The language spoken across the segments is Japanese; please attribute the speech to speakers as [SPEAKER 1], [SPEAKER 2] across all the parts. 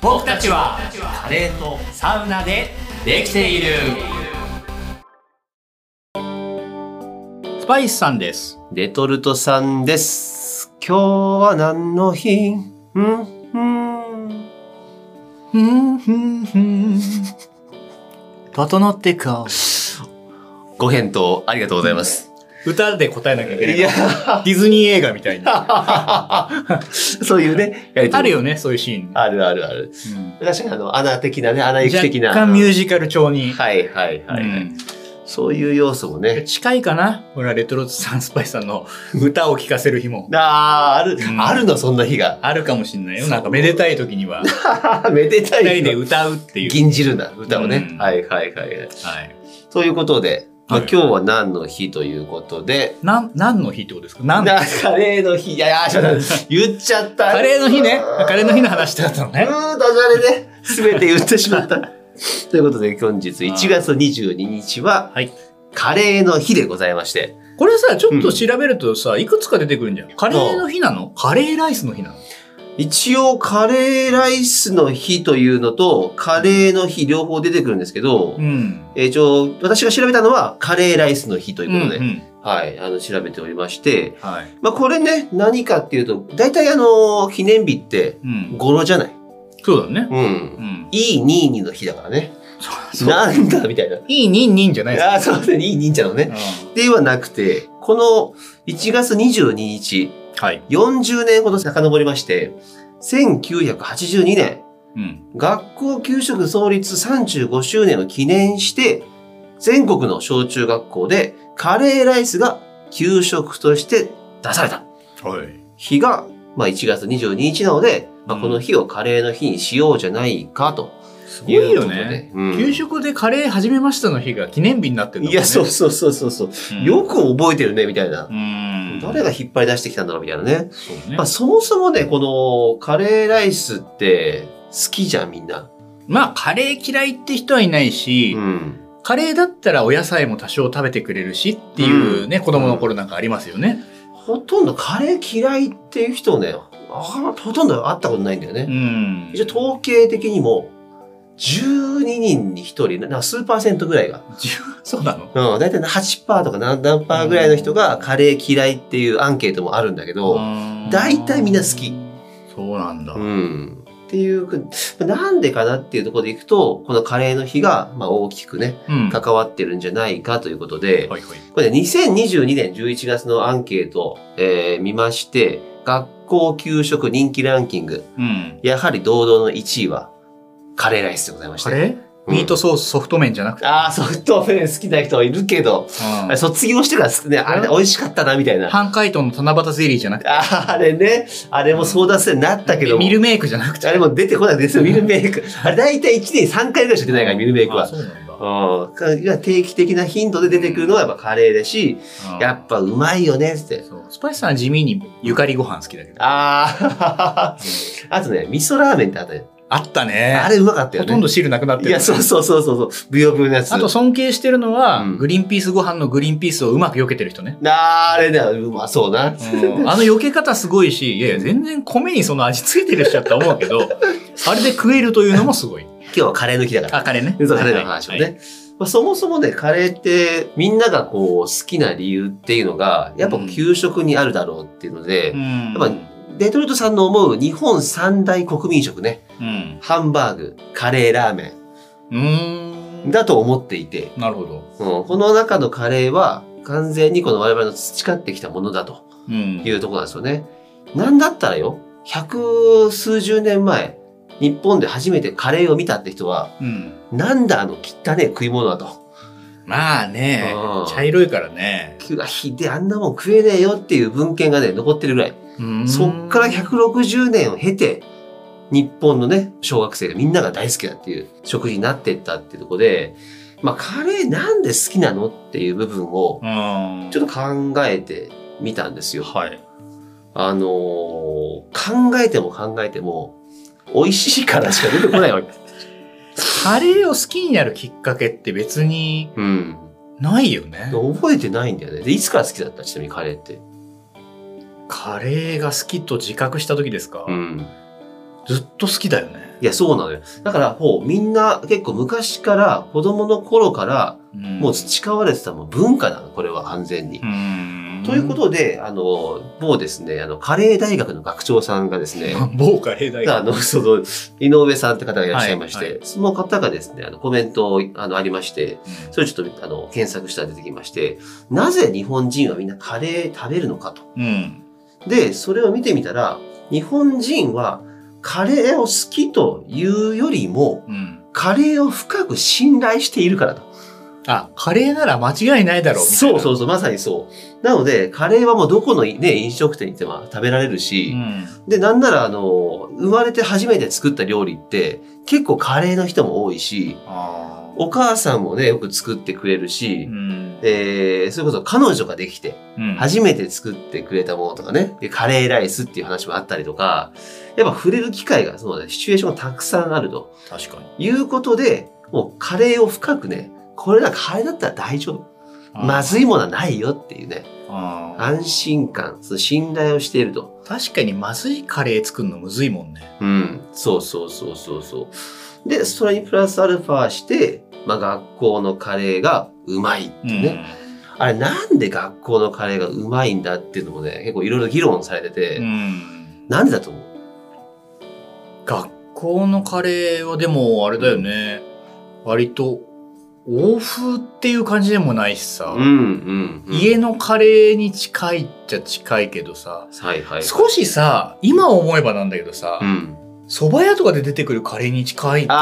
[SPEAKER 1] 僕たちは
[SPEAKER 2] カレーと
[SPEAKER 1] サウナでできているスパイスさんです
[SPEAKER 2] レトルトさんです今日は何の日うんうん
[SPEAKER 1] ふんふんふん整ってか
[SPEAKER 2] ご返答ありがとうございます
[SPEAKER 3] 歌で答えなきゃいけないい
[SPEAKER 2] や
[SPEAKER 3] ディズニー映画みたいにあ
[SPEAKER 2] そういうねやりとり
[SPEAKER 1] るよねそういうシーン、
[SPEAKER 2] あるあるある確かにあのアナ的なねアナ行き的な
[SPEAKER 3] 若干ミュージカル調に、
[SPEAKER 2] はいはいはい、はい
[SPEAKER 3] うん
[SPEAKER 2] そういう要素もね
[SPEAKER 3] 近いかな俺はレトロさんスパイスさんの歌を聴かせる日も
[SPEAKER 2] あーある、
[SPEAKER 3] うん
[SPEAKER 2] あるのそんな日が
[SPEAKER 3] あるかもしんないよなんかめでたい時には
[SPEAKER 2] めでたい
[SPEAKER 3] 二人
[SPEAKER 2] 日
[SPEAKER 3] で
[SPEAKER 2] は
[SPEAKER 3] 歌うっていう、
[SPEAKER 2] 銀じるな歌をね、
[SPEAKER 3] うん
[SPEAKER 2] はいはいはいはい
[SPEAKER 3] はい、
[SPEAKER 2] ということで、まあ、
[SPEAKER 3] はい
[SPEAKER 2] 今日は何の日ということで、
[SPEAKER 3] なん何の日ってことですかなん
[SPEAKER 2] なカレーの日いやいやちょっと言っちゃった
[SPEAKER 3] カレーの日ね
[SPEAKER 2] うーん
[SPEAKER 3] カレーの日の話だったのね
[SPEAKER 2] うーんダジャレで全て言ってしま ったということで本日1月22日は、
[SPEAKER 3] はい
[SPEAKER 2] カレーの日でございまして
[SPEAKER 3] これさちょっと調べるとさ、いくつか出てくるんじゃんカレーの日なのカレーライスの日なの
[SPEAKER 2] 一応カレーライスの日というのとカレーの日両方出てくるんですけど、
[SPEAKER 3] うん
[SPEAKER 2] えー一応私が調べたのはカレーライスの日と
[SPEAKER 3] う
[SPEAKER 2] い
[SPEAKER 3] んう
[SPEAKER 2] うことで、
[SPEAKER 3] ん
[SPEAKER 2] はい、あの調べておりまして、
[SPEAKER 3] はい
[SPEAKER 2] まあ、これね何かっていうと大体あの記念日って
[SPEAKER 3] うん、
[SPEAKER 2] 語呂じゃない、
[SPEAKER 3] そうだね、
[SPEAKER 2] う、
[SPEAKER 3] うんん、
[SPEAKER 2] E22 の日だからね
[SPEAKER 3] そう
[SPEAKER 2] なんだみた いない
[SPEAKER 3] いにんにんじゃないです
[SPEAKER 2] あーそうですね E2 ちゃんのねではなくてこの1月22日
[SPEAKER 3] うんはい、
[SPEAKER 2] 40年ほど遡りまして1982年
[SPEAKER 3] うん、
[SPEAKER 2] 学校給食創立35周年を記念して、全国の小中学校でカレーライスが給食として出された
[SPEAKER 3] はい
[SPEAKER 2] 日が、まあ1月22日なので、まあ
[SPEAKER 3] うん
[SPEAKER 2] この日をカレーの日にしようじゃないかと
[SPEAKER 3] す
[SPEAKER 2] い
[SPEAKER 3] ごいうよ
[SPEAKER 2] ことで。
[SPEAKER 3] ね、
[SPEAKER 2] うん
[SPEAKER 3] 給食でカレー始めましたの日が記念日になってるんだもん
[SPEAKER 2] い
[SPEAKER 3] ね
[SPEAKER 2] や、そうそうそうそうそう、
[SPEAKER 3] うん
[SPEAKER 2] よく覚えてるね、みたいな
[SPEAKER 3] う。ん
[SPEAKER 2] 誰が引っ張り出してきたんだろう、みたいなね。
[SPEAKER 3] そうね
[SPEAKER 2] まあそもそもね、このカレーライスって好きじゃん、みんな。
[SPEAKER 3] まあカレー嫌いって人はいないし、
[SPEAKER 2] うん。
[SPEAKER 3] カレーだったらお野菜も多少食べてくれるしっていうね、子供の頃なんかありますよね。
[SPEAKER 2] ほとんどカレー嫌いっていう人ね、あほとんど会ったことないんだよ
[SPEAKER 3] う
[SPEAKER 2] ね。
[SPEAKER 3] ん。
[SPEAKER 2] 一応統計的にも、12人に1人、ななんか数パーセントぐらいが、
[SPEAKER 3] そうなの
[SPEAKER 2] うん、だいたい8%とか何何パーぐらいの人がカレー嫌いっていうアンケートもあるんだけど、大体みんな好き。
[SPEAKER 3] そうなんだ。
[SPEAKER 2] う
[SPEAKER 3] うん
[SPEAKER 2] ん。っていうか、なんでかなっていうところでいくと、このカレーの日が、まあ、大きくね、
[SPEAKER 3] は
[SPEAKER 2] 関わってるんじゃないかということで
[SPEAKER 3] い、はい。
[SPEAKER 2] これね、2022年11月のアンケート、えー見まして、学校給食人気ランキング、
[SPEAKER 3] うん。
[SPEAKER 2] やはり堂々の1位は、カレーライスでございました。
[SPEAKER 3] カレー、
[SPEAKER 2] うん
[SPEAKER 3] ミートソースソフト麺じゃなくて。
[SPEAKER 2] ああ、ソフト麺好きな人いるけど、
[SPEAKER 3] うん
[SPEAKER 2] 卒業してからですね、あれね美味しかったな、みたいな。あ
[SPEAKER 3] 半解凍の七夕ゼリーじゃなくて。
[SPEAKER 2] ーあれね、あれも争奪戦になったけども
[SPEAKER 3] ミルメイクじゃなくて。
[SPEAKER 2] あれも出てこないですよ、ミルメイク。あれ大体1年3回ぐらいしか出ないから、ミルメイク
[SPEAKER 3] あ
[SPEAKER 2] は。
[SPEAKER 3] そうなんだ
[SPEAKER 2] うんかいや定期的な頻度で出てくるのはやっぱカレーだし、
[SPEAKER 3] うん
[SPEAKER 2] やっぱうまいよねって。
[SPEAKER 3] そうスパイスさんは地味にゆかりご飯好きだけど。
[SPEAKER 2] ああ、あとね、味噌ラーメンってあったね。
[SPEAKER 3] あったね。
[SPEAKER 2] あれうまかったよ
[SPEAKER 3] ほ
[SPEAKER 2] ね。
[SPEAKER 3] とんど汁なくなってる
[SPEAKER 2] いや、そうそうそうそうそう。ブヨブヨのやつ。
[SPEAKER 3] あと尊敬してるのは、
[SPEAKER 2] うん
[SPEAKER 3] グリーンピースご飯のグリーンピースをうまく避けてる人ね。
[SPEAKER 2] なあれだ、うまそうな。
[SPEAKER 3] あの避け方すごいし、いやいや、全然米にその味ついてるっしょって思うけ ど、あれで食えるというのもすごい。
[SPEAKER 2] 今日はカレーの日だから。
[SPEAKER 3] あ、カレーね。
[SPEAKER 2] そうカレーの話をね。
[SPEAKER 3] はい。
[SPEAKER 2] まあ、そもそもね、カレーってみんながこう好きな理由っていうのが、やっぱ給食にあるだろうっていうので、
[SPEAKER 3] うん。
[SPEAKER 2] やっぱデトロイトさんの思う日本三大国民食ね、
[SPEAKER 3] うん。
[SPEAKER 2] ハンバーグ、カレーラーメ
[SPEAKER 3] うー
[SPEAKER 2] ン
[SPEAKER 3] ん。
[SPEAKER 2] だと思っていて、
[SPEAKER 3] なるほど。
[SPEAKER 2] うんこの中のカレーは完全にこの我々の培ってきたものだと
[SPEAKER 3] うん
[SPEAKER 2] い。うところなんですよね。なんだったらよ、百数十年前、日本で初めてカレーを見たって人は、
[SPEAKER 3] うん。
[SPEAKER 2] なんだあの汚ねえ食い物だと。
[SPEAKER 3] まあね
[SPEAKER 2] うん、
[SPEAKER 3] 茶色いからね。
[SPEAKER 2] うわひでえあんなもん食えねえよっていう文献がね、残ってるぐらい。
[SPEAKER 3] うん
[SPEAKER 2] そっから160年を経て、日本のね、小学生がみんなが大好きだっていう食事になってったっていうところで、まあカレーなんで好きなのっていう部分を
[SPEAKER 3] うん。
[SPEAKER 2] ちょっと考えてみたんですよ。
[SPEAKER 3] はい。
[SPEAKER 2] あのー考えても考えても、美味しいからしか出てこないわけ。
[SPEAKER 3] カレーを好きになるきっかけって別に
[SPEAKER 2] うん。
[SPEAKER 3] ないよね。
[SPEAKER 2] 覚えてないんだよね。で、いつから好きだったちなみにカレーって。
[SPEAKER 3] カレーが好きと自覚した時ですか、
[SPEAKER 2] うん。
[SPEAKER 3] ずっと好きだよね。
[SPEAKER 2] いや、そうなのよ。だから、こう、みんな結構昔から、子供の頃から、もう培われてたもう文化なの、これは完全に。
[SPEAKER 3] ん
[SPEAKER 2] ということで、あの、某ですね、あの、カレー大学の学長さんがですね、
[SPEAKER 3] 某カレー大
[SPEAKER 2] あの、その、井上さんって方がいらっしゃいまして、
[SPEAKER 3] はいは
[SPEAKER 2] その方がですね、あの、コメントを、あの、ありまして、それちょっと、あの、検索したら出てきまして、なぜ日本人はみんなカレー食べるのかと。
[SPEAKER 3] うん。
[SPEAKER 2] で、それを見てみたら、日本人はカレーを好きというよりも、
[SPEAKER 3] うん。
[SPEAKER 2] カレーを深く信頼しているからと。
[SPEAKER 3] あ、カレーなら間違いないだろうみたいな。。
[SPEAKER 2] そうそううそう、まさにそう。なので、カレーはもうどこのね、飲食店に行っても食べられるし、
[SPEAKER 3] ん。
[SPEAKER 2] で、なんなら、あの、生まれて初めて作った料理って、結構カレーの人も多いし、
[SPEAKER 3] あー
[SPEAKER 2] お母さんもね、よく作ってくれるし
[SPEAKER 3] う、ん。
[SPEAKER 2] えー、それこそ彼女ができて、
[SPEAKER 3] うん
[SPEAKER 2] 初めて作ってくれたものとかね、でカレーライスっていう話もあったりとか、やっぱ触れる機会が、そのねシチュエーションがたくさんあると
[SPEAKER 3] 確かに。
[SPEAKER 2] いうことで、もうカレーを深くね、これだ、カレーだったら大丈夫。まず
[SPEAKER 3] い。
[SPEAKER 2] いものはないよっていうね、
[SPEAKER 3] あー
[SPEAKER 2] 安心感、その信頼をしていると。
[SPEAKER 3] 確かにまずいカレー作るのむずいもんね。
[SPEAKER 2] うん、そうそうそうそうそう。で、それにプラスアルファして、まあ、学校のカレーがうまいってね、あれなんで学校のカレーがうまいんだっていうのもね、結構いろいろ議論されてて、
[SPEAKER 3] うん。うん。
[SPEAKER 2] なんでだと思う
[SPEAKER 3] 学校のカレーはでもあれだよね。割と、欧風っていう感じでもないしさ。
[SPEAKER 2] うんうん、うん。
[SPEAKER 3] 家のカレーに近いっちゃ近いけどさ、
[SPEAKER 2] はいはい。
[SPEAKER 3] 少しさ、今思えばなんだけどさ
[SPEAKER 2] う、ん。
[SPEAKER 3] 蕎麦屋とかで出てくるカレーに近い気がするんだ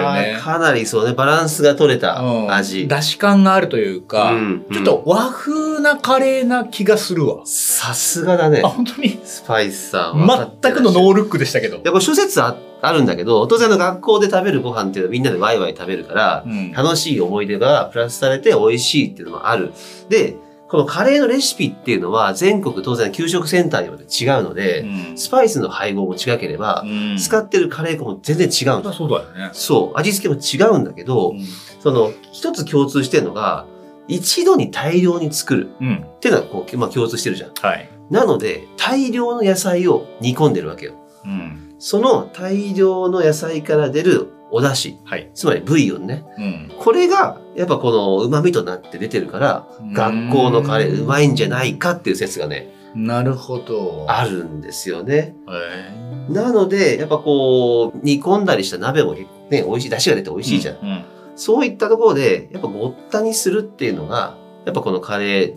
[SPEAKER 3] よ
[SPEAKER 2] あー
[SPEAKER 3] ね。
[SPEAKER 2] かなりそうね、バランスが取れ
[SPEAKER 3] うん
[SPEAKER 2] た味。
[SPEAKER 3] だし感があるというか、
[SPEAKER 2] うん
[SPEAKER 3] ちょっと、和風なカレーな気がするわ
[SPEAKER 2] うん。さすがだね
[SPEAKER 3] あ、。本当に
[SPEAKER 2] スパイスさんは。
[SPEAKER 3] 全くのノールックでしたけど
[SPEAKER 2] いや、。これ諸説ああるんだけど、当然あの学校で食べるご飯っていうのはみんなでワイワイ食べるから
[SPEAKER 3] う、ん
[SPEAKER 2] 楽しい思い出がプラスされて美味しいっていうのもある。で、このカレーのレシピっていうのは全国当然給食センターによって違うの
[SPEAKER 3] う
[SPEAKER 2] で、
[SPEAKER 3] ん
[SPEAKER 2] スパイスの配合も違ければ、
[SPEAKER 3] うん
[SPEAKER 2] 使ってるカレー粉も全然違うん
[SPEAKER 3] そり
[SPEAKER 2] で
[SPEAKER 3] ゃ
[SPEAKER 2] す。
[SPEAKER 3] そうだよね。
[SPEAKER 2] そう、味付けも違うんだけど、その一つ共通してるのが、一度に大量に作る
[SPEAKER 3] うん。うん
[SPEAKER 2] っていうのはこう、まあ、共通してるじゃん。
[SPEAKER 3] はい。
[SPEAKER 2] なので、大量の野菜を煮込んでるわけよ。
[SPEAKER 3] うん。
[SPEAKER 2] その大量の野菜から出るお出汁、
[SPEAKER 3] はい。
[SPEAKER 2] つまりブイヨンね。
[SPEAKER 3] うん。
[SPEAKER 2] これが、やっぱこの旨味となって出てるから、学校のカレーうまいんじゃないかっていう説がね、
[SPEAKER 3] なるほど。
[SPEAKER 2] あるんですよね。
[SPEAKER 3] へー
[SPEAKER 2] なので、やっぱこう、煮込んだりした鍋もね、美味しい、出汁が出て美味しいじゃん。
[SPEAKER 3] うん。
[SPEAKER 2] そういったところで、やっぱごったにするっていうのが、やっぱこのカレー、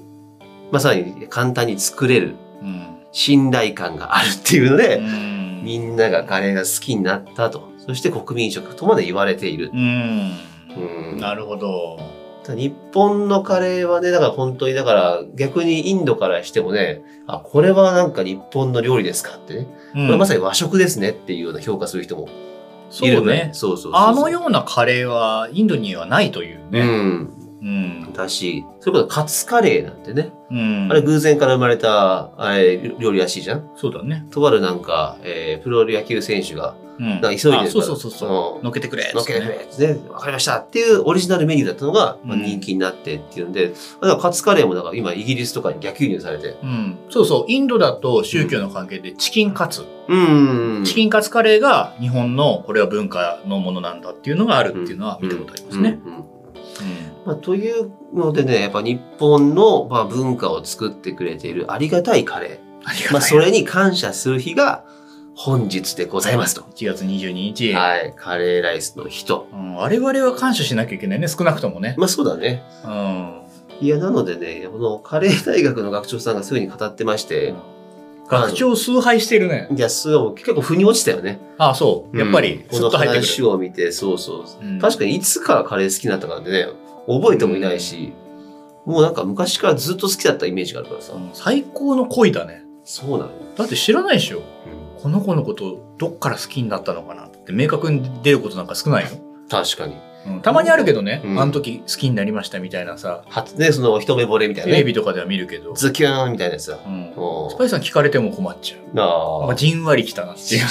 [SPEAKER 2] まさに簡単に作れる、
[SPEAKER 3] うん。
[SPEAKER 2] 信頼感があるっていうの
[SPEAKER 3] う
[SPEAKER 2] で、
[SPEAKER 3] ん
[SPEAKER 2] みんながカレーが好きになったと。そして国民食とまで言われている。
[SPEAKER 3] う
[SPEAKER 2] うん
[SPEAKER 3] ん。なるほど。
[SPEAKER 2] 日本のカレーはね、だから本当に、だから逆にインドからしてもね、あ、これはなんか日本の料理ですかってね。これまさに和食ですねっていうような評価する人もい
[SPEAKER 3] そ
[SPEAKER 2] る
[SPEAKER 3] う
[SPEAKER 2] ぐらい
[SPEAKER 3] ね。
[SPEAKER 2] そうそうそうそう
[SPEAKER 3] あのようなカレーはインドにはないという
[SPEAKER 2] う
[SPEAKER 3] ね。
[SPEAKER 2] ん。
[SPEAKER 3] うん。
[SPEAKER 2] だし、それこそカツカレーなんてね。
[SPEAKER 3] うん。
[SPEAKER 2] あれ偶然から生まれた、あれ、料理らしいじゃん
[SPEAKER 3] そうだね。
[SPEAKER 2] とあるなんか、えープロ野球選手が、
[SPEAKER 3] うん。
[SPEAKER 2] なんか急いでるから
[SPEAKER 3] あそうそうそうそうう。
[SPEAKER 2] ん
[SPEAKER 3] のっけてくれ。
[SPEAKER 2] のっけてくれってね、わかりましたっていうオリジナルメニューだったのが、まあ
[SPEAKER 3] うん
[SPEAKER 2] 人気になってっていうんで、だからカツカレーもだから今イギリスとかに逆輸入されて。
[SPEAKER 3] うん。そうそう。インドだと宗教の関係でチキンカツ。
[SPEAKER 2] うん
[SPEAKER 3] チキンカツカレーが日本のこれは文化のものなんだっていうのがあるっていうのは見たことありますね。
[SPEAKER 2] うん。うんうんまあ、というのでね、やっぱ日本の、まあ、文化を作ってくれているありがたいカレ
[SPEAKER 3] うんありが
[SPEAKER 2] ー。
[SPEAKER 3] た
[SPEAKER 2] ま
[SPEAKER 3] い
[SPEAKER 2] あ、それに感謝する日が本日でございますと。
[SPEAKER 3] 1月22日、
[SPEAKER 2] はい。カレーライスの日と。
[SPEAKER 3] うん。我々は感謝しなきゃいけないね。少なくともね。
[SPEAKER 2] まあ、そうだね。
[SPEAKER 3] うん。
[SPEAKER 2] いや、なのでね、このカレー大学の学長さんがすぐに語ってまして、
[SPEAKER 3] 学長崇拝してるね。
[SPEAKER 2] いや、そう、結構腑に落ちたよね。
[SPEAKER 3] ああ、そう。やっぱり、
[SPEAKER 2] こ
[SPEAKER 3] ず
[SPEAKER 2] の
[SPEAKER 3] っと入ってく
[SPEAKER 2] 話
[SPEAKER 3] る。
[SPEAKER 2] を見て、そうそう。
[SPEAKER 3] うん
[SPEAKER 2] 確かにいつからカレー好きになったかってね、覚えてもいないし、もうなんか昔からずっと好きだったイメージがあるからさ。
[SPEAKER 3] うん最高の恋だね。
[SPEAKER 2] そうなのよ。
[SPEAKER 3] だって知らないでしょ。
[SPEAKER 2] うん
[SPEAKER 3] この子のことどっから好きになったのかなって明確に出ることなんか少ないよ。
[SPEAKER 2] 確かに。
[SPEAKER 3] うんたまにあるけどね、
[SPEAKER 2] うん
[SPEAKER 3] あの時好きになりましたみたいなさ、
[SPEAKER 2] 初ね、その一目惚れみたい
[SPEAKER 3] テ
[SPEAKER 2] な
[SPEAKER 3] レ
[SPEAKER 2] ね。
[SPEAKER 3] ビとかでは見るけど、
[SPEAKER 2] ズキューンみたいなやつだ。
[SPEAKER 3] うん
[SPEAKER 2] お
[SPEAKER 3] スパイスさん聞かれても困っちゃう。
[SPEAKER 2] な
[SPEAKER 3] な
[SPEAKER 2] あ
[SPEAKER 3] んかじんわりきたなっていう。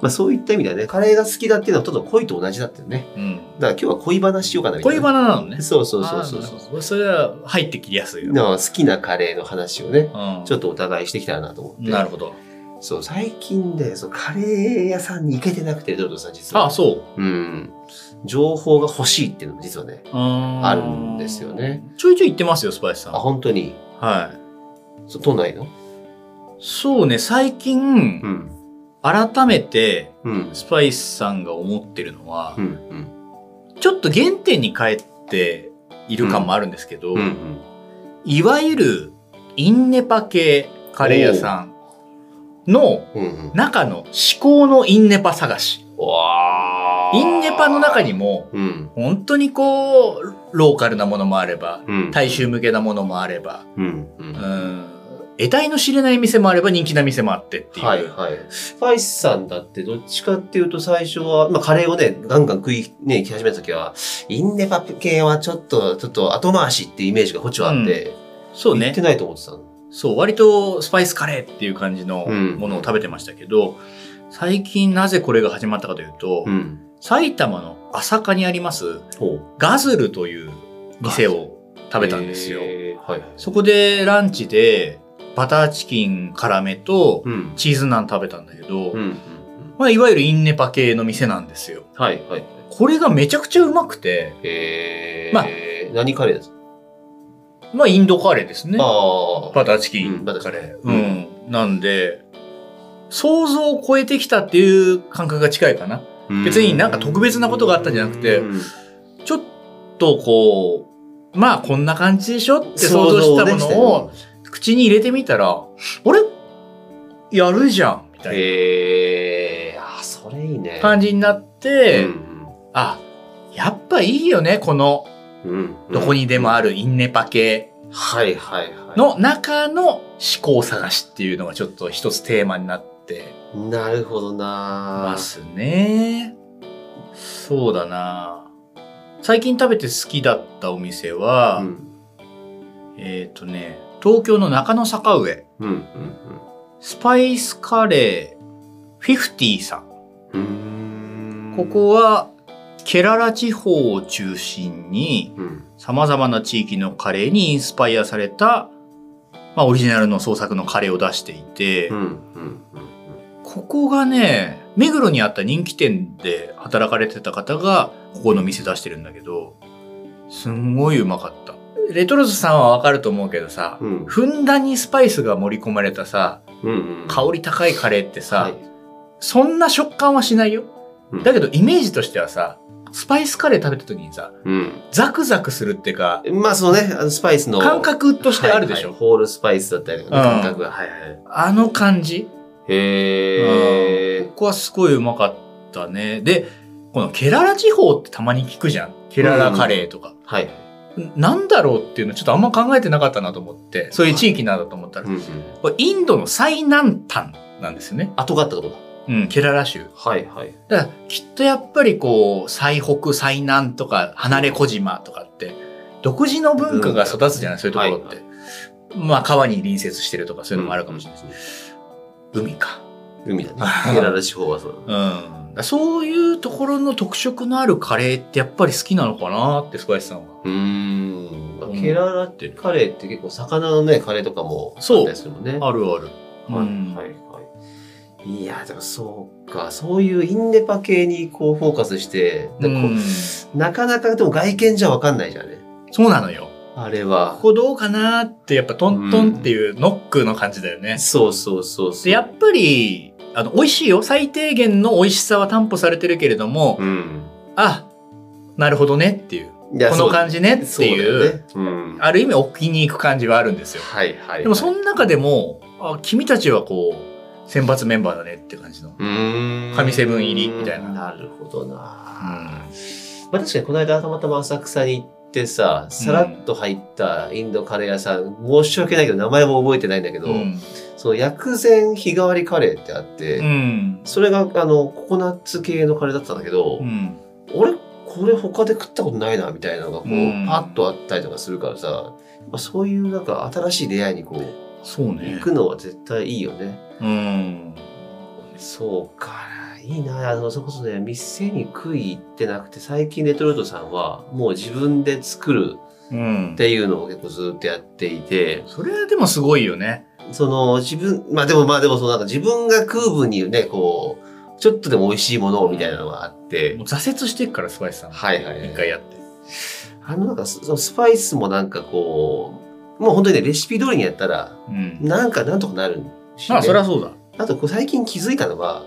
[SPEAKER 2] まあそういった意味ではね、カレーが好きだっていうのはちょっと恋と同じだったよね。
[SPEAKER 3] うん、
[SPEAKER 2] だから今日は恋話しようかなみたい
[SPEAKER 3] 恋
[SPEAKER 2] な。
[SPEAKER 3] バナなのね。
[SPEAKER 2] そうそうそうそう
[SPEAKER 3] あーな
[SPEAKER 2] そ
[SPEAKER 3] る
[SPEAKER 2] う。
[SPEAKER 3] ほどそれは入ってきやすいよ。
[SPEAKER 2] なあ好きなカレーの話をね、
[SPEAKER 3] うん
[SPEAKER 2] ちょっとお互いしてきたらなと思って。
[SPEAKER 3] なるほど。
[SPEAKER 2] そう、最近ね、そうカレー屋さんに行けてなくて、ドルドさん実は。
[SPEAKER 3] あ、そう。
[SPEAKER 2] うん。情報が欲しいっていうのも実はね、
[SPEAKER 3] あ
[SPEAKER 2] あるんですよね。
[SPEAKER 3] ちょいちょい行ってますよ、スパイスさん。
[SPEAKER 2] あ、本当に。
[SPEAKER 3] はい。
[SPEAKER 2] そう都内の
[SPEAKER 3] そうね、最近、
[SPEAKER 2] ん。
[SPEAKER 3] 改めて、
[SPEAKER 2] うん。
[SPEAKER 3] スパイスさんが思ってるのは
[SPEAKER 2] う、ん。
[SPEAKER 3] ちょっと原点に帰っている感もあるんですけど、
[SPEAKER 2] うん。うん。
[SPEAKER 3] いわゆる、インネパ系カレー屋さんの
[SPEAKER 2] うん。うん。
[SPEAKER 3] 中の思考のインネパ探し。
[SPEAKER 2] わ
[SPEAKER 3] インネパの中にも、
[SPEAKER 2] うん。
[SPEAKER 3] 本当にこう、ローカルなものもあれば、
[SPEAKER 2] うん。
[SPEAKER 3] 大衆向けなものもあれば、
[SPEAKER 2] うん。うん。
[SPEAKER 3] うん、得体の知れない店もあれば人気な店もあってっていう。
[SPEAKER 2] はいはい。スパイスさんだってどっちかっていうと最初は、まあカレーをね、ガンガン食い、ね、来始めた時は、インネパ系はちょっと、ちょっと後回しっていうイメージがこっちはあって、
[SPEAKER 3] そう
[SPEAKER 2] 行
[SPEAKER 3] ね
[SPEAKER 2] って。ないと思ってたの。
[SPEAKER 3] そう、割とスパイスカレーっていう感じの
[SPEAKER 2] うん
[SPEAKER 3] ものを食べてましたけど、最近なぜこれが始まったかというと、
[SPEAKER 2] ん。
[SPEAKER 3] 埼玉の朝霞にあります
[SPEAKER 2] ほう。
[SPEAKER 3] ガズルという店を食べたんですよ。
[SPEAKER 2] へーはい。
[SPEAKER 3] そこでランチでバターチキン辛めと
[SPEAKER 2] うん。
[SPEAKER 3] チーズナン食べたんだけど、
[SPEAKER 2] うん。
[SPEAKER 3] まあ、いわゆるインネパ系の店なんですよ。
[SPEAKER 2] はいはい。
[SPEAKER 3] これがめちゃくちゃうまくて、
[SPEAKER 2] えー、
[SPEAKER 3] まあ
[SPEAKER 2] 何カレーですか
[SPEAKER 3] まあインドカレーですね。
[SPEAKER 2] ああ。
[SPEAKER 3] バターチキン、
[SPEAKER 2] うんバターチキン
[SPEAKER 3] カレー、
[SPEAKER 2] う
[SPEAKER 3] うん。なんで、想像を超えてきたっていう感覚が近いかな。別になんか特別なことがあったんじゃなくて
[SPEAKER 2] うん
[SPEAKER 3] ちょっとこう、まあこんな感じでしょって想像してたものを、口に入れてみたら、あれやるじゃんみたい
[SPEAKER 2] えー、あ、それいいね。
[SPEAKER 3] な感じになって、
[SPEAKER 2] うん
[SPEAKER 3] あ、やっぱいいよね、この、
[SPEAKER 2] うん。うん
[SPEAKER 3] どこにでもあるインネパ系
[SPEAKER 2] はいはいはい。
[SPEAKER 3] の中の思考探しっていうのがちょっと一つテーマになって、
[SPEAKER 2] なるほどな
[SPEAKER 3] ま。すね。そうだな。最近食べて好きだったお店は、
[SPEAKER 2] うん。
[SPEAKER 3] えっ、とね、東京の中野坂上、
[SPEAKER 2] うん。うん
[SPEAKER 3] スパイスカレーフィフティさん。
[SPEAKER 2] うん。うん
[SPEAKER 3] こ、こは、ケララ地方を中心に、
[SPEAKER 2] うん。
[SPEAKER 3] 様々な地域のカレーにインスパイアされた、まあ、オリジナルの創作のカレーを出していて、
[SPEAKER 2] うん。うん。
[SPEAKER 3] ここがね、目黒にあった人気店で働かれてた方が、ここの店出してるんだけど、すんごいうまかった。レトロズさんはわかると思うけどさ、
[SPEAKER 2] うん。
[SPEAKER 3] ふんだんにスパイスが盛り込まれたさ、
[SPEAKER 2] うん。
[SPEAKER 3] 香り高いカレーってさ、
[SPEAKER 2] はい
[SPEAKER 3] そんな食感はしないよ
[SPEAKER 2] うん。
[SPEAKER 3] だけどイメージとしてはさ、スパイスカレー食べた時にさ、
[SPEAKER 2] うん。
[SPEAKER 3] ザクザクするっていうか、
[SPEAKER 2] まあ、そのね、あのスパイスの。
[SPEAKER 3] 感覚としてあるでし
[SPEAKER 2] はい
[SPEAKER 3] ょ。
[SPEAKER 2] はいホールスパイスだったりとかね、
[SPEAKER 3] うん
[SPEAKER 2] 感覚が。はいはい。
[SPEAKER 3] あの感じ。
[SPEAKER 2] へえ。
[SPEAKER 3] ここはすごいうまかったね。で、このケララ地方ってたまに聞くじゃん。ケララカレーとか。
[SPEAKER 2] はい。
[SPEAKER 3] なんだろうっていうのちょっとあんま考えてなかったなと思って、そういう地域なんだと思ったら、
[SPEAKER 2] うんうん。
[SPEAKER 3] これインドの最南端なんですよね。
[SPEAKER 2] 後があったとこだ。
[SPEAKER 3] うん、ケララ州。
[SPEAKER 2] はいはい。
[SPEAKER 3] だからきっとやっぱりこう最北最南とか離れ小島とかって独自の文化が育つじゃないそういうところって、
[SPEAKER 2] は
[SPEAKER 3] まあ川に隣接してるとかそういうのもあるかもしれない、
[SPEAKER 2] いですね。
[SPEAKER 3] 海か,、
[SPEAKER 2] 海 だね。ケララ地方はそうだ。
[SPEAKER 3] うん、だからそういうところの特色のあるカレーってやっぱり好きなのかなってスパイスさんは
[SPEAKER 2] うーん。まあ
[SPEAKER 3] うん
[SPEAKER 2] ケララってカレーって結構魚のね、カレーとかもあ
[SPEAKER 3] そう
[SPEAKER 2] ったりするもんね。
[SPEAKER 3] あるある、
[SPEAKER 2] はい
[SPEAKER 3] うん
[SPEAKER 2] はいはい。いや、でもそうか。そういうインデパ系にこうフォーカスして、
[SPEAKER 3] う
[SPEAKER 2] でこう
[SPEAKER 3] ん
[SPEAKER 2] なかなかでも外見じゃわかんないじゃんね。
[SPEAKER 3] そうなのよ
[SPEAKER 2] あれ
[SPEAKER 3] こ
[SPEAKER 2] は。
[SPEAKER 3] こどうかなってやっぱトントンっていうノックの感じだよね、
[SPEAKER 2] そうそうそうそう。
[SPEAKER 3] でやっぱりあの美味しいよ最低限の美味しさは担保されてるけれども、
[SPEAKER 2] うん。
[SPEAKER 3] あなるほどねっていう
[SPEAKER 2] こ
[SPEAKER 3] この感じねっていう
[SPEAKER 2] そうだよね。うん。
[SPEAKER 3] ある意味置きに行く感じはあるんですよ
[SPEAKER 2] はいはいはい。
[SPEAKER 3] でもその中でもあ君たちはこう選抜メンバーだねって感じの
[SPEAKER 2] うーん
[SPEAKER 3] 神セブン入りみたいな
[SPEAKER 2] なるほど
[SPEAKER 3] う
[SPEAKER 2] な、まあ、確かにこの間たまたま浅草に行ってささらっと入ったインドカレー屋さん、申し訳ないけど名前も覚えてないんだけど、
[SPEAKER 3] うん、
[SPEAKER 2] その薬膳日替わりカレーってあって、
[SPEAKER 3] うん
[SPEAKER 2] それがあのココナッツ系のカレーだったんだけど、
[SPEAKER 3] うん
[SPEAKER 2] 俺これ他で食ったことないなみたいなのがこう、
[SPEAKER 3] うん
[SPEAKER 2] パッとあったりとかするからさ、まあ、そういうなんか新しい出会いにこう
[SPEAKER 3] そうね
[SPEAKER 2] 行くのは絶対いいよね。
[SPEAKER 3] うん
[SPEAKER 2] そうか。いいな。あの、それこそね、店に食い行ってなくて、最近レトルトさんは、もう自分で作る
[SPEAKER 3] うん
[SPEAKER 2] っていうのを結構ずっとやっていて、
[SPEAKER 3] それはでもすごいよね
[SPEAKER 2] その自分、まあでもまあでもそのなんか自分が食う分にね、こう、ちょっとでも美味しいものをみたいなのがあって、
[SPEAKER 3] もう挫折してっから、スパイスさん。
[SPEAKER 2] はいはいはい
[SPEAKER 3] 一回やって。
[SPEAKER 2] あのなんかそそのスパイスもなんかこう、もう本当にね、レシピ通りにやったら、
[SPEAKER 3] うん。
[SPEAKER 2] なんかなんとかなるし、ね。
[SPEAKER 3] まあ、そりゃそうだ。
[SPEAKER 2] あとこう最近気づいたのは、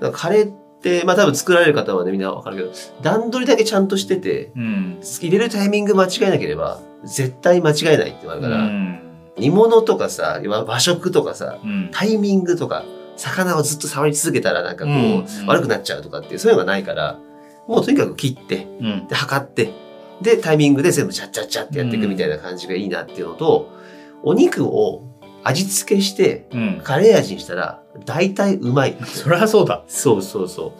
[SPEAKER 2] なんかカレーって、まあ多分作られる方はね、みんなわかるけど、段取りだけちゃんとしてて、
[SPEAKER 3] うん。
[SPEAKER 2] 入れるタイミング間違えなければ、絶対間違えないってのがあるから、
[SPEAKER 3] うん
[SPEAKER 2] 煮物とかさ、要は和食とかさ、
[SPEAKER 3] うん。
[SPEAKER 2] タイミングとか、魚をずっと触り続けたらなんかこう、
[SPEAKER 3] うん
[SPEAKER 2] 悪くなっちゃうとかっていう、そういうのがないから、もうとにかく切って、
[SPEAKER 3] うん。
[SPEAKER 2] で、測って、で、タイミングで全部チャッチャッチャってやっていくみたいな感じがいいなっていうのと、お肉を味付けして、
[SPEAKER 3] うん。
[SPEAKER 2] カレー味にしたら、大体うまい。
[SPEAKER 3] そりゃそうだ。
[SPEAKER 2] そうそうそう。
[SPEAKER 3] う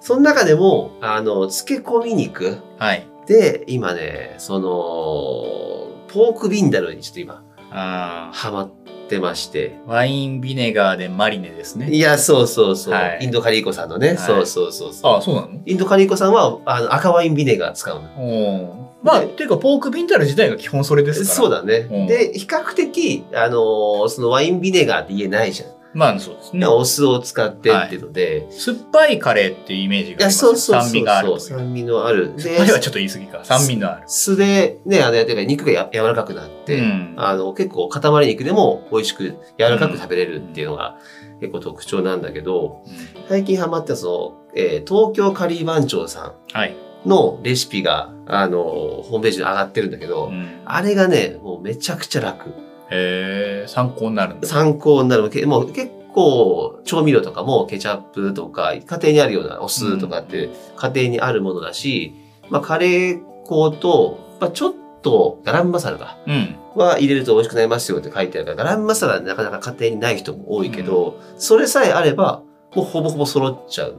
[SPEAKER 2] その中でも、あの、漬け込み肉
[SPEAKER 3] ん。はい。
[SPEAKER 2] で、今ね、その、ポークビンダルにちょっと今、
[SPEAKER 3] あ
[SPEAKER 2] ハマってまして。
[SPEAKER 3] ーワインビネガーでマリネですね。
[SPEAKER 2] いや、そうそうそう。
[SPEAKER 3] はい
[SPEAKER 2] インドカリーコさんのね。
[SPEAKER 3] い
[SPEAKER 2] そうそうそうそう。
[SPEAKER 3] ああ、そうなの
[SPEAKER 2] インドカリーコさんはあの赤ワインビネガー使うの。
[SPEAKER 3] おーまあ、
[SPEAKER 2] で
[SPEAKER 3] っていうか、ポークビンタル自体が基本それですから。
[SPEAKER 2] そう。だね。
[SPEAKER 3] うん
[SPEAKER 2] で、比較的、あのーそのワインビネガーって言えないじゃん。
[SPEAKER 3] まあ、そうですね。
[SPEAKER 2] お酢を使ってっていうので。い
[SPEAKER 3] 酸っぱいカレーっていうイメージがありま
[SPEAKER 2] や、
[SPEAKER 3] す
[SPEAKER 2] そうそうそうそう。
[SPEAKER 3] 酸味があるという。酸
[SPEAKER 2] 酸味のある。
[SPEAKER 3] っぱいは
[SPEAKER 2] で、
[SPEAKER 3] ちょっと言い過ぎか。酸味のある。
[SPEAKER 2] 酢でね、あの、やってるから肉がや柔らかくなって、
[SPEAKER 3] うん
[SPEAKER 2] あの、結構塊肉でも美味しく柔らかく食べれるっていうのが結構特徴なんだけど、
[SPEAKER 3] うん
[SPEAKER 2] 最近ハマったその、えー東京カリー番長さ
[SPEAKER 3] はい。
[SPEAKER 2] んのレシピが、あの、ホームページに上がってるんだけど、
[SPEAKER 3] うん
[SPEAKER 2] あれがね、もうめちゃくちゃ楽。
[SPEAKER 3] へえ、参考になるんだ。
[SPEAKER 2] 参考になる。けもう結構、調味料とかもケチャップとか、家庭にあるようなお酢とかって家庭にあるものだし、まあカレー粉と、まあちょっとガラムマサラだ。
[SPEAKER 3] うん。
[SPEAKER 2] は入れると美味しくなりますよって書いてあるから、ガラムマサラなかなか家庭にない人も多いけど、それさえあれば、もうほぼほぼ揃っちゃう。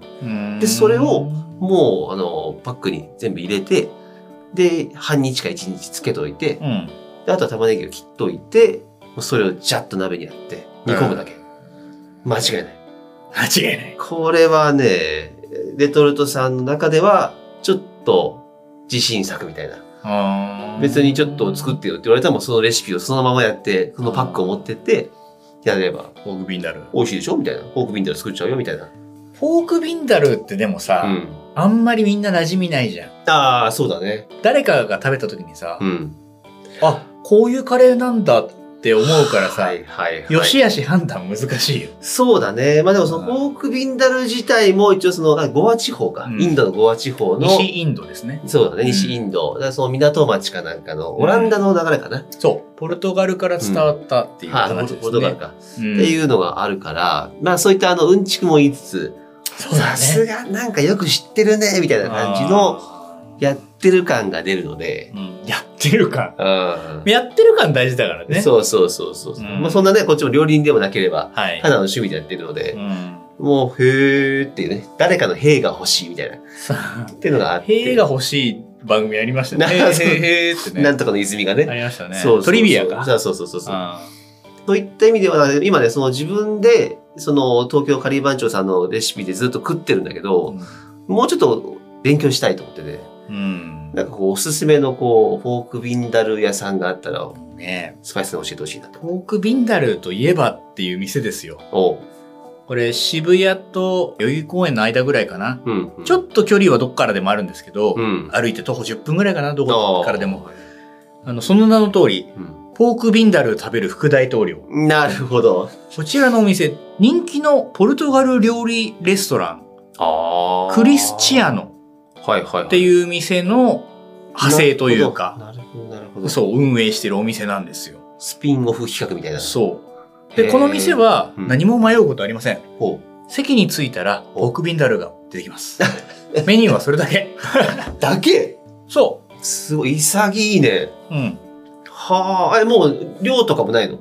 [SPEAKER 2] でそれをもう、あの、パックに全部入れて、で、半日か一日つけといて
[SPEAKER 3] う、ん、
[SPEAKER 2] であとは玉ねぎを切っといて、もうそれをジャッと鍋にやって、煮込むだけ。間違いない。
[SPEAKER 3] 間違いない。
[SPEAKER 2] これはね、レトルトさんの中では、ちょっと自信作みたいな。
[SPEAKER 3] あー
[SPEAKER 2] 別にちょっと作ってよって言われたらもうそのレシピをそのままやって、そのパックを持ってって、やれば、
[SPEAKER 3] フォークビンダル。
[SPEAKER 2] 美味しいでしょみたいな。フォークビンダル作っちゃうよみたいな。
[SPEAKER 3] フォークビンダルってでもさ、
[SPEAKER 2] うん。
[SPEAKER 3] あんまりみんな馴染みないじゃん。
[SPEAKER 2] ああ、そうだね。
[SPEAKER 3] 誰かが食べた時にさ、
[SPEAKER 2] うん。
[SPEAKER 3] あ、こういうカレーなんだって思うからさ、
[SPEAKER 2] はいはいはい。
[SPEAKER 3] よしあし判断難しいよ。
[SPEAKER 2] そうだね。まあでもそのフォークビンダル自体も一応その、あゴア地方か。
[SPEAKER 3] うん
[SPEAKER 2] インドのゴア地方の。
[SPEAKER 3] 西インドですね。
[SPEAKER 2] そうだね、
[SPEAKER 3] うん
[SPEAKER 2] 西インド。だからその港町かなんかの、オランダの流れかな。
[SPEAKER 3] そう、ポルトガルから伝わったっていう
[SPEAKER 2] はい、
[SPEAKER 3] 話ですね。
[SPEAKER 2] ポルトガルか。っ
[SPEAKER 3] って
[SPEAKER 2] ていうのがあるから、まあそういったあの、うんちくも言いつつ、
[SPEAKER 3] そうだ
[SPEAKER 2] さす
[SPEAKER 3] ね。
[SPEAKER 2] がなんかよく知ってるね、みたいな感じの、
[SPEAKER 3] あ
[SPEAKER 2] やってる感が出るので
[SPEAKER 3] ー、、うんやってる感。
[SPEAKER 2] うん。
[SPEAKER 3] やってる感大事だからね。
[SPEAKER 2] そうそうそうそう。
[SPEAKER 3] うん
[SPEAKER 2] まあそんなね、こっちも料理人でもなければ、
[SPEAKER 3] はい
[SPEAKER 2] た。だの趣味でやってるので、
[SPEAKER 3] うん
[SPEAKER 2] もう、へーっていうね、誰かのへーが欲しいみたいな、っていうのがあって。
[SPEAKER 3] 塀が欲しい番組ありましたね。
[SPEAKER 2] な
[SPEAKER 3] へーへーへーってね。
[SPEAKER 2] なんとかの泉がね。
[SPEAKER 3] ありましたね。
[SPEAKER 2] そうそうそう
[SPEAKER 3] トリビアか。
[SPEAKER 2] そうそうそうそうそう。
[SPEAKER 3] あ
[SPEAKER 2] といった意味では、今ね、その自分で、その東京カリー番長さんのレシピでずっと食ってるんだけど、
[SPEAKER 3] ー
[SPEAKER 2] もうちょっと勉強したいと思ってね、
[SPEAKER 3] うん。
[SPEAKER 2] なんかこう、おすすめのこう、フォークビンダル屋さんがあったら、
[SPEAKER 3] ね
[SPEAKER 2] スパイスに教えてほしいなと。
[SPEAKER 3] ポークビンダルといえばっていう店ですよ。
[SPEAKER 2] おう。
[SPEAKER 3] これ渋谷と代々木公園の間ぐらいかな。
[SPEAKER 2] うん、
[SPEAKER 3] ちょ
[SPEAKER 2] っ
[SPEAKER 3] っと距離はどっからでもあるんですけど、
[SPEAKER 2] うん。
[SPEAKER 3] 歩いて徒歩10分ぐらいかな、どこからでも。
[SPEAKER 2] あ
[SPEAKER 3] あの、その名の通り、
[SPEAKER 2] ー。うん
[SPEAKER 3] ポークビンダルを食べる副大統領。
[SPEAKER 2] なるほど。
[SPEAKER 3] こちらのお店、人気のポルトガル料理レストラン、
[SPEAKER 2] あ
[SPEAKER 3] クリスチア
[SPEAKER 2] ン。
[SPEAKER 3] ノ
[SPEAKER 2] はいはい、はい。
[SPEAKER 3] っていう店の派生というか、
[SPEAKER 2] なるほど、なるほど。う。
[SPEAKER 3] そう、運営してるお店なんですよ。
[SPEAKER 2] スピンオフ企画みたいな。
[SPEAKER 3] そう。
[SPEAKER 2] へ
[SPEAKER 3] で、
[SPEAKER 2] ー
[SPEAKER 3] この店は
[SPEAKER 2] うん
[SPEAKER 3] 何も迷うことありません。
[SPEAKER 2] ほ
[SPEAKER 3] 席に着いたら、ポークビンダルが出てき ます。メニューはそれだけ。
[SPEAKER 2] う。だけ
[SPEAKER 3] そ
[SPEAKER 2] すごい、潔いね。
[SPEAKER 3] う。うん。
[SPEAKER 2] はあ、え、もう、量とかもないの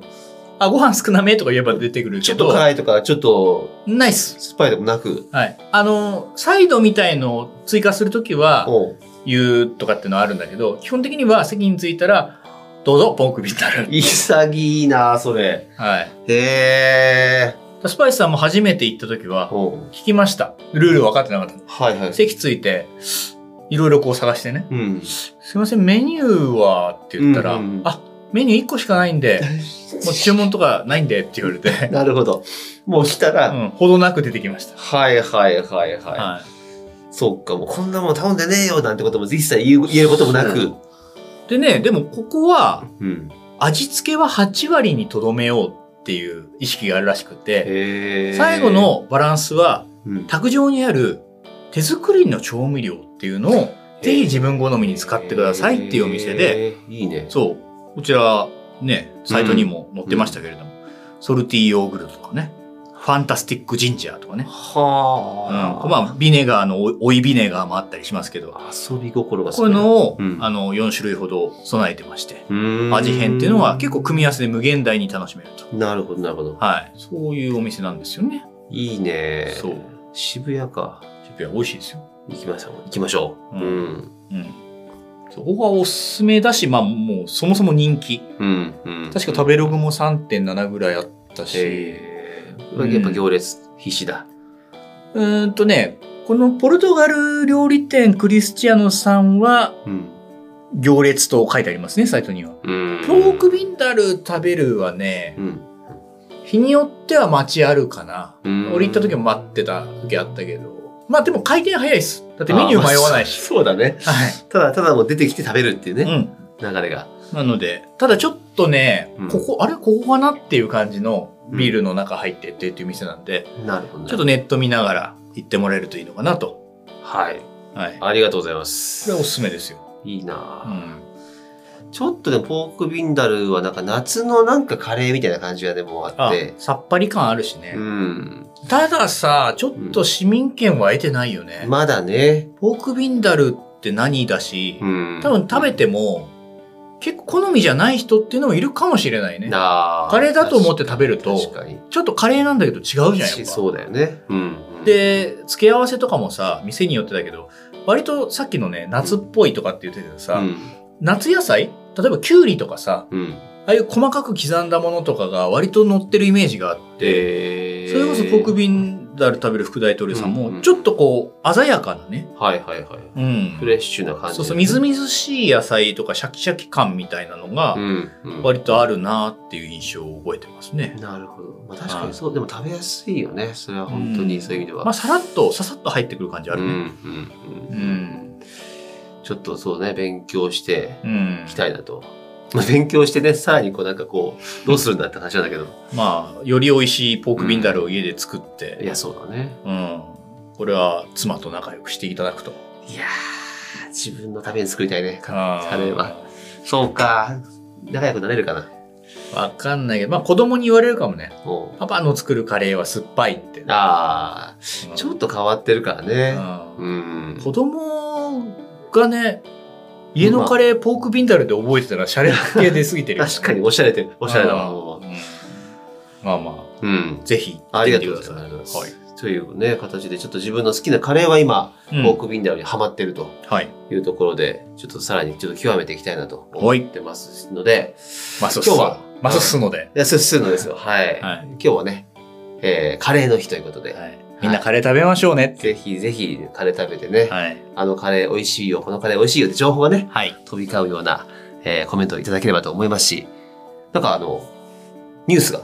[SPEAKER 3] あ、ご飯少なめとか言えば出てくる
[SPEAKER 2] ち
[SPEAKER 3] け
[SPEAKER 2] ょっと
[SPEAKER 3] ど、
[SPEAKER 2] 辛いとか、ちょっと
[SPEAKER 3] ナイス。
[SPEAKER 2] 酸っぱいでもなく、
[SPEAKER 3] はい。あの、サイドみたいのを追加するときは、
[SPEAKER 2] おう
[SPEAKER 3] 言うとかってのはあるんだけど、基本的には席に着いたら、どうぞ、ポークビンダル。
[SPEAKER 2] 潔いなそれ。
[SPEAKER 3] はい。
[SPEAKER 2] へえ。
[SPEAKER 3] スパイスさんも初めて行ったときは、
[SPEAKER 2] おう
[SPEAKER 3] 聞きました。ルール分かってなかった。
[SPEAKER 2] はいはい。
[SPEAKER 3] 席着いて、いろいろこう探してね。
[SPEAKER 2] うん。
[SPEAKER 3] すいません、メニューはって言ったら、
[SPEAKER 2] うんうんうん
[SPEAKER 3] あ、メニュー1個しかないん で、もう注文とかないんでって言われて、
[SPEAKER 2] なるほど。もう来たら、
[SPEAKER 3] うん、ほどなく出てきました。
[SPEAKER 2] はいはいはいはい。
[SPEAKER 3] は
[SPEAKER 2] そっか、もうこんなもん頼んでねえよなんてことも一切言う言えることもなく。
[SPEAKER 3] い。でね、でもここは、
[SPEAKER 2] うん。
[SPEAKER 3] 味付けは8割にとどめようっていう意識があるらしくて、
[SPEAKER 2] へー
[SPEAKER 3] 最後、のバランスは、
[SPEAKER 2] うん
[SPEAKER 3] 卓上にある手作りの調味料っていうのを、ぜひ自分好みに使ってくださいっていうお店で、
[SPEAKER 2] へー。いいね。
[SPEAKER 3] そう、こちら、ね、サイトにも載ってましたけれども、ソルティーヨーグルトとかね、ファンタスティックジンジャーとかね、うん、
[SPEAKER 2] はあ。
[SPEAKER 3] まあ、ビネガーのお、追いビネガーもあったりしますけど、
[SPEAKER 2] 遊び心がす
[SPEAKER 3] こ
[SPEAKER 2] ご
[SPEAKER 3] う
[SPEAKER 2] い
[SPEAKER 3] いう
[SPEAKER 2] な
[SPEAKER 3] のを、
[SPEAKER 2] うん
[SPEAKER 3] あの、4種類ほど備えてまして、
[SPEAKER 2] うーん
[SPEAKER 3] 味変っていうのは結構組み合わせで無限大に楽しめると。
[SPEAKER 2] なるほどなるほど
[SPEAKER 3] はい。そういうお店なんですよね。
[SPEAKER 2] いいね
[SPEAKER 3] そう。
[SPEAKER 2] 渋谷か
[SPEAKER 3] シュピは美味しいですよ。
[SPEAKER 2] 行きましょう行きましょう
[SPEAKER 3] う
[SPEAKER 2] うんん
[SPEAKER 3] うん。そこがおすすめだし、まあもうそもそも人気。
[SPEAKER 2] うん、うん、
[SPEAKER 3] 確か食べログも3.7ぐらいあったし、
[SPEAKER 2] へーやっぱ行列必死だ
[SPEAKER 3] うーんとね、このポルトガル料理店クリスチアノさんは
[SPEAKER 2] うん
[SPEAKER 3] 行列と書いてありますね、サイトには。
[SPEAKER 2] うん
[SPEAKER 3] ポークビンダル食べるはね、
[SPEAKER 2] うん
[SPEAKER 3] 日によっては街あるかな。
[SPEAKER 2] うん
[SPEAKER 3] 俺行った時も待ってた時あったけど。まあでも回転早いっす。だってメニュー迷わないし。
[SPEAKER 2] あ そうそうだね
[SPEAKER 3] はい。
[SPEAKER 2] ただただもう出てきて食べるっていう
[SPEAKER 3] う
[SPEAKER 2] ね、
[SPEAKER 3] ん。
[SPEAKER 2] 流れが
[SPEAKER 3] なので、ただちょっとね、
[SPEAKER 2] うん
[SPEAKER 3] ここ、あれここかなっていう感じのビールの中入ってってっていう店なんで、
[SPEAKER 2] なるほど、ね、
[SPEAKER 3] ちょっとネット見ながら行ってもらえるといいのかなと。
[SPEAKER 2] はい
[SPEAKER 3] はい。こ
[SPEAKER 2] ありがとうございます
[SPEAKER 3] れはおすすめですよ。
[SPEAKER 2] いいな
[SPEAKER 3] う
[SPEAKER 2] あ、
[SPEAKER 3] ん。
[SPEAKER 2] ちょっとねポークビンダルはなんか夏のなんかカレーみたいな感じがでもあっ
[SPEAKER 3] あ
[SPEAKER 2] て、
[SPEAKER 3] さっぱり感あるしね
[SPEAKER 2] う。ん
[SPEAKER 3] たださ、ちょっと市民権は得てないよね。
[SPEAKER 2] まだね
[SPEAKER 3] ポークビンダルって何だし、
[SPEAKER 2] うん
[SPEAKER 3] 多分食べても、結構好みじゃない人っていうのもいるかもしれないね。
[SPEAKER 2] なあ
[SPEAKER 3] カレーだと思って食べると
[SPEAKER 2] 確かに
[SPEAKER 3] ちょっとカレーなんだけど違うじゃん、やっぱ。
[SPEAKER 2] そうだよね、うん、
[SPEAKER 3] で、付け合わせとかもさ、店によってだけど、割とさっきのね、夏っぽいとかって言ってたけど
[SPEAKER 2] う
[SPEAKER 3] さ、
[SPEAKER 2] ん
[SPEAKER 3] 夏野菜例えばキュウリとかさ、
[SPEAKER 2] うん、
[SPEAKER 3] ああいう細かく刻んだものとかが割と乗ってるイメージがあって、
[SPEAKER 2] で
[SPEAKER 3] それこそポークビンダル食べる副大統領さん
[SPEAKER 2] うんう
[SPEAKER 3] も、
[SPEAKER 2] ん
[SPEAKER 3] ちょっとこう、鮮やかなね、
[SPEAKER 2] はいはいはい
[SPEAKER 3] うん
[SPEAKER 2] フレッシュな感じ
[SPEAKER 3] そうそう、みずみずしい野菜とかシャキシャキ感みたいなのが
[SPEAKER 2] う、んうん
[SPEAKER 3] 割とあるなっていう印象を覚えてますね。
[SPEAKER 2] なるほど、まあ、確かにそうでも食べやすいよねそれは本当
[SPEAKER 3] う
[SPEAKER 2] に
[SPEAKER 3] ん
[SPEAKER 2] そういう意味では、
[SPEAKER 3] まあ、さらっと、ささっと入ってくる感じあ
[SPEAKER 2] う
[SPEAKER 3] る
[SPEAKER 2] ん
[SPEAKER 3] ね。
[SPEAKER 2] うんう
[SPEAKER 3] うんん。
[SPEAKER 2] ちょっとそうね勉強して
[SPEAKER 3] うん
[SPEAKER 2] いきたいなと、まあ、勉強してねさらにこうなんかこうどうするんだって話なんだけど
[SPEAKER 3] まあ、より美味しいポークビンダルを家で作って、
[SPEAKER 2] いやそうだね
[SPEAKER 3] うん、これは妻と仲良くしていただくと。
[SPEAKER 2] いやー自分のために作りたいねカ
[SPEAKER 3] あ
[SPEAKER 2] カレーはそうか仲良くなれるかな
[SPEAKER 3] わかんないけど、まあ子供に言われるかもね。
[SPEAKER 2] もう
[SPEAKER 3] パパの作るカレーは酸っぱいって。
[SPEAKER 2] ああ
[SPEAKER 3] うん
[SPEAKER 2] ちょっと変わってるからね
[SPEAKER 3] う
[SPEAKER 2] うんん
[SPEAKER 3] 子供がね、家のカレーポークビンダルで覚えてたらシャレ系出過ぎてるよね、
[SPEAKER 2] 確かにおしゃれてるおしゃれだわ
[SPEAKER 3] うんまあま
[SPEAKER 2] うん
[SPEAKER 3] あ、ぜひ行っ
[SPEAKER 2] あ
[SPEAKER 3] て
[SPEAKER 2] り
[SPEAKER 3] み
[SPEAKER 2] が
[SPEAKER 3] て
[SPEAKER 2] と
[SPEAKER 3] く
[SPEAKER 2] う
[SPEAKER 3] だ
[SPEAKER 2] ご
[SPEAKER 3] さ
[SPEAKER 2] ざ
[SPEAKER 3] い。
[SPEAKER 2] います、
[SPEAKER 3] はい。
[SPEAKER 2] というね形でちょっと自分の好きなカレーは今
[SPEAKER 3] うん
[SPEAKER 2] ポークビンダルにはまってると
[SPEAKER 3] はい。
[SPEAKER 2] いうところでちょっとさらにちょっと極めていきたいなと思
[SPEAKER 3] は
[SPEAKER 2] っ
[SPEAKER 3] い
[SPEAKER 2] てますので
[SPEAKER 3] マス
[SPEAKER 2] 今日は
[SPEAKER 3] マスすので、
[SPEAKER 2] いやそうするのですよはい、
[SPEAKER 3] はい
[SPEAKER 2] 今日はね、えーカレーの日ということで、
[SPEAKER 3] はいみんなカレー食べましょうね。
[SPEAKER 2] ぜひぜひカレー食べてね、
[SPEAKER 3] はい。
[SPEAKER 2] あのカレー美味しいよこのカレー美味しいよって情報がね
[SPEAKER 3] はい。
[SPEAKER 2] 飛び交うような、えーコメントをいただければと思いますしなんかあのニュースが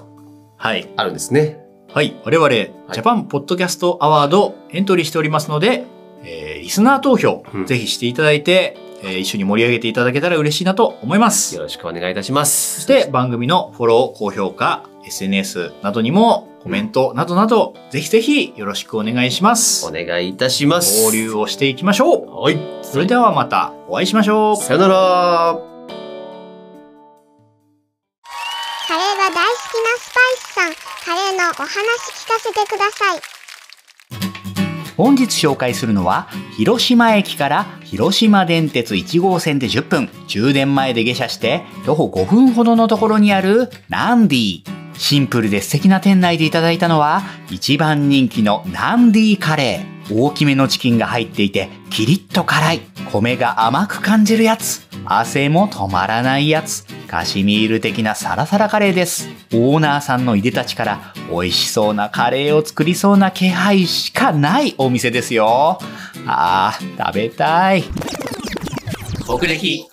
[SPEAKER 3] はい。
[SPEAKER 2] あるんですね
[SPEAKER 3] はい。我々、ジャパンポッドキャストアワードエントリーしておりますので、えーリスナー投票、
[SPEAKER 2] うん
[SPEAKER 3] ぜひしていただいて、えー一緒に盛り上げていただけたら嬉しいなと思います。
[SPEAKER 2] よろしくお願いいたします
[SPEAKER 3] そして、番組のフォロー、高評価、SNS などにもコメントなどなど、ぜひぜひよろしくお願いします
[SPEAKER 2] お。願いいたします
[SPEAKER 3] 交流をしていきましょう。
[SPEAKER 2] はい
[SPEAKER 3] それではまたお会いしましょう。
[SPEAKER 2] さよなら
[SPEAKER 4] カレーが大好きなスパイスさん、カレーのお話聞かせてください。
[SPEAKER 5] 本日紹介するのは広島駅から広島電鉄1号線で10分終電前で下車して徒歩5分ほどのところにあるナンディシンプルで素敵な店内でいただいたのは一番人気のナンディカレー大きめのチキンが入っていてキリッと辛い米が甘く感じるやつ汗も止まらないやつカシミール的なサラサラカレーですオーナーさんのいでたちから美味しそうなカレーを作りそうな気配しかないお店ですよあー食べたい
[SPEAKER 2] 僕歴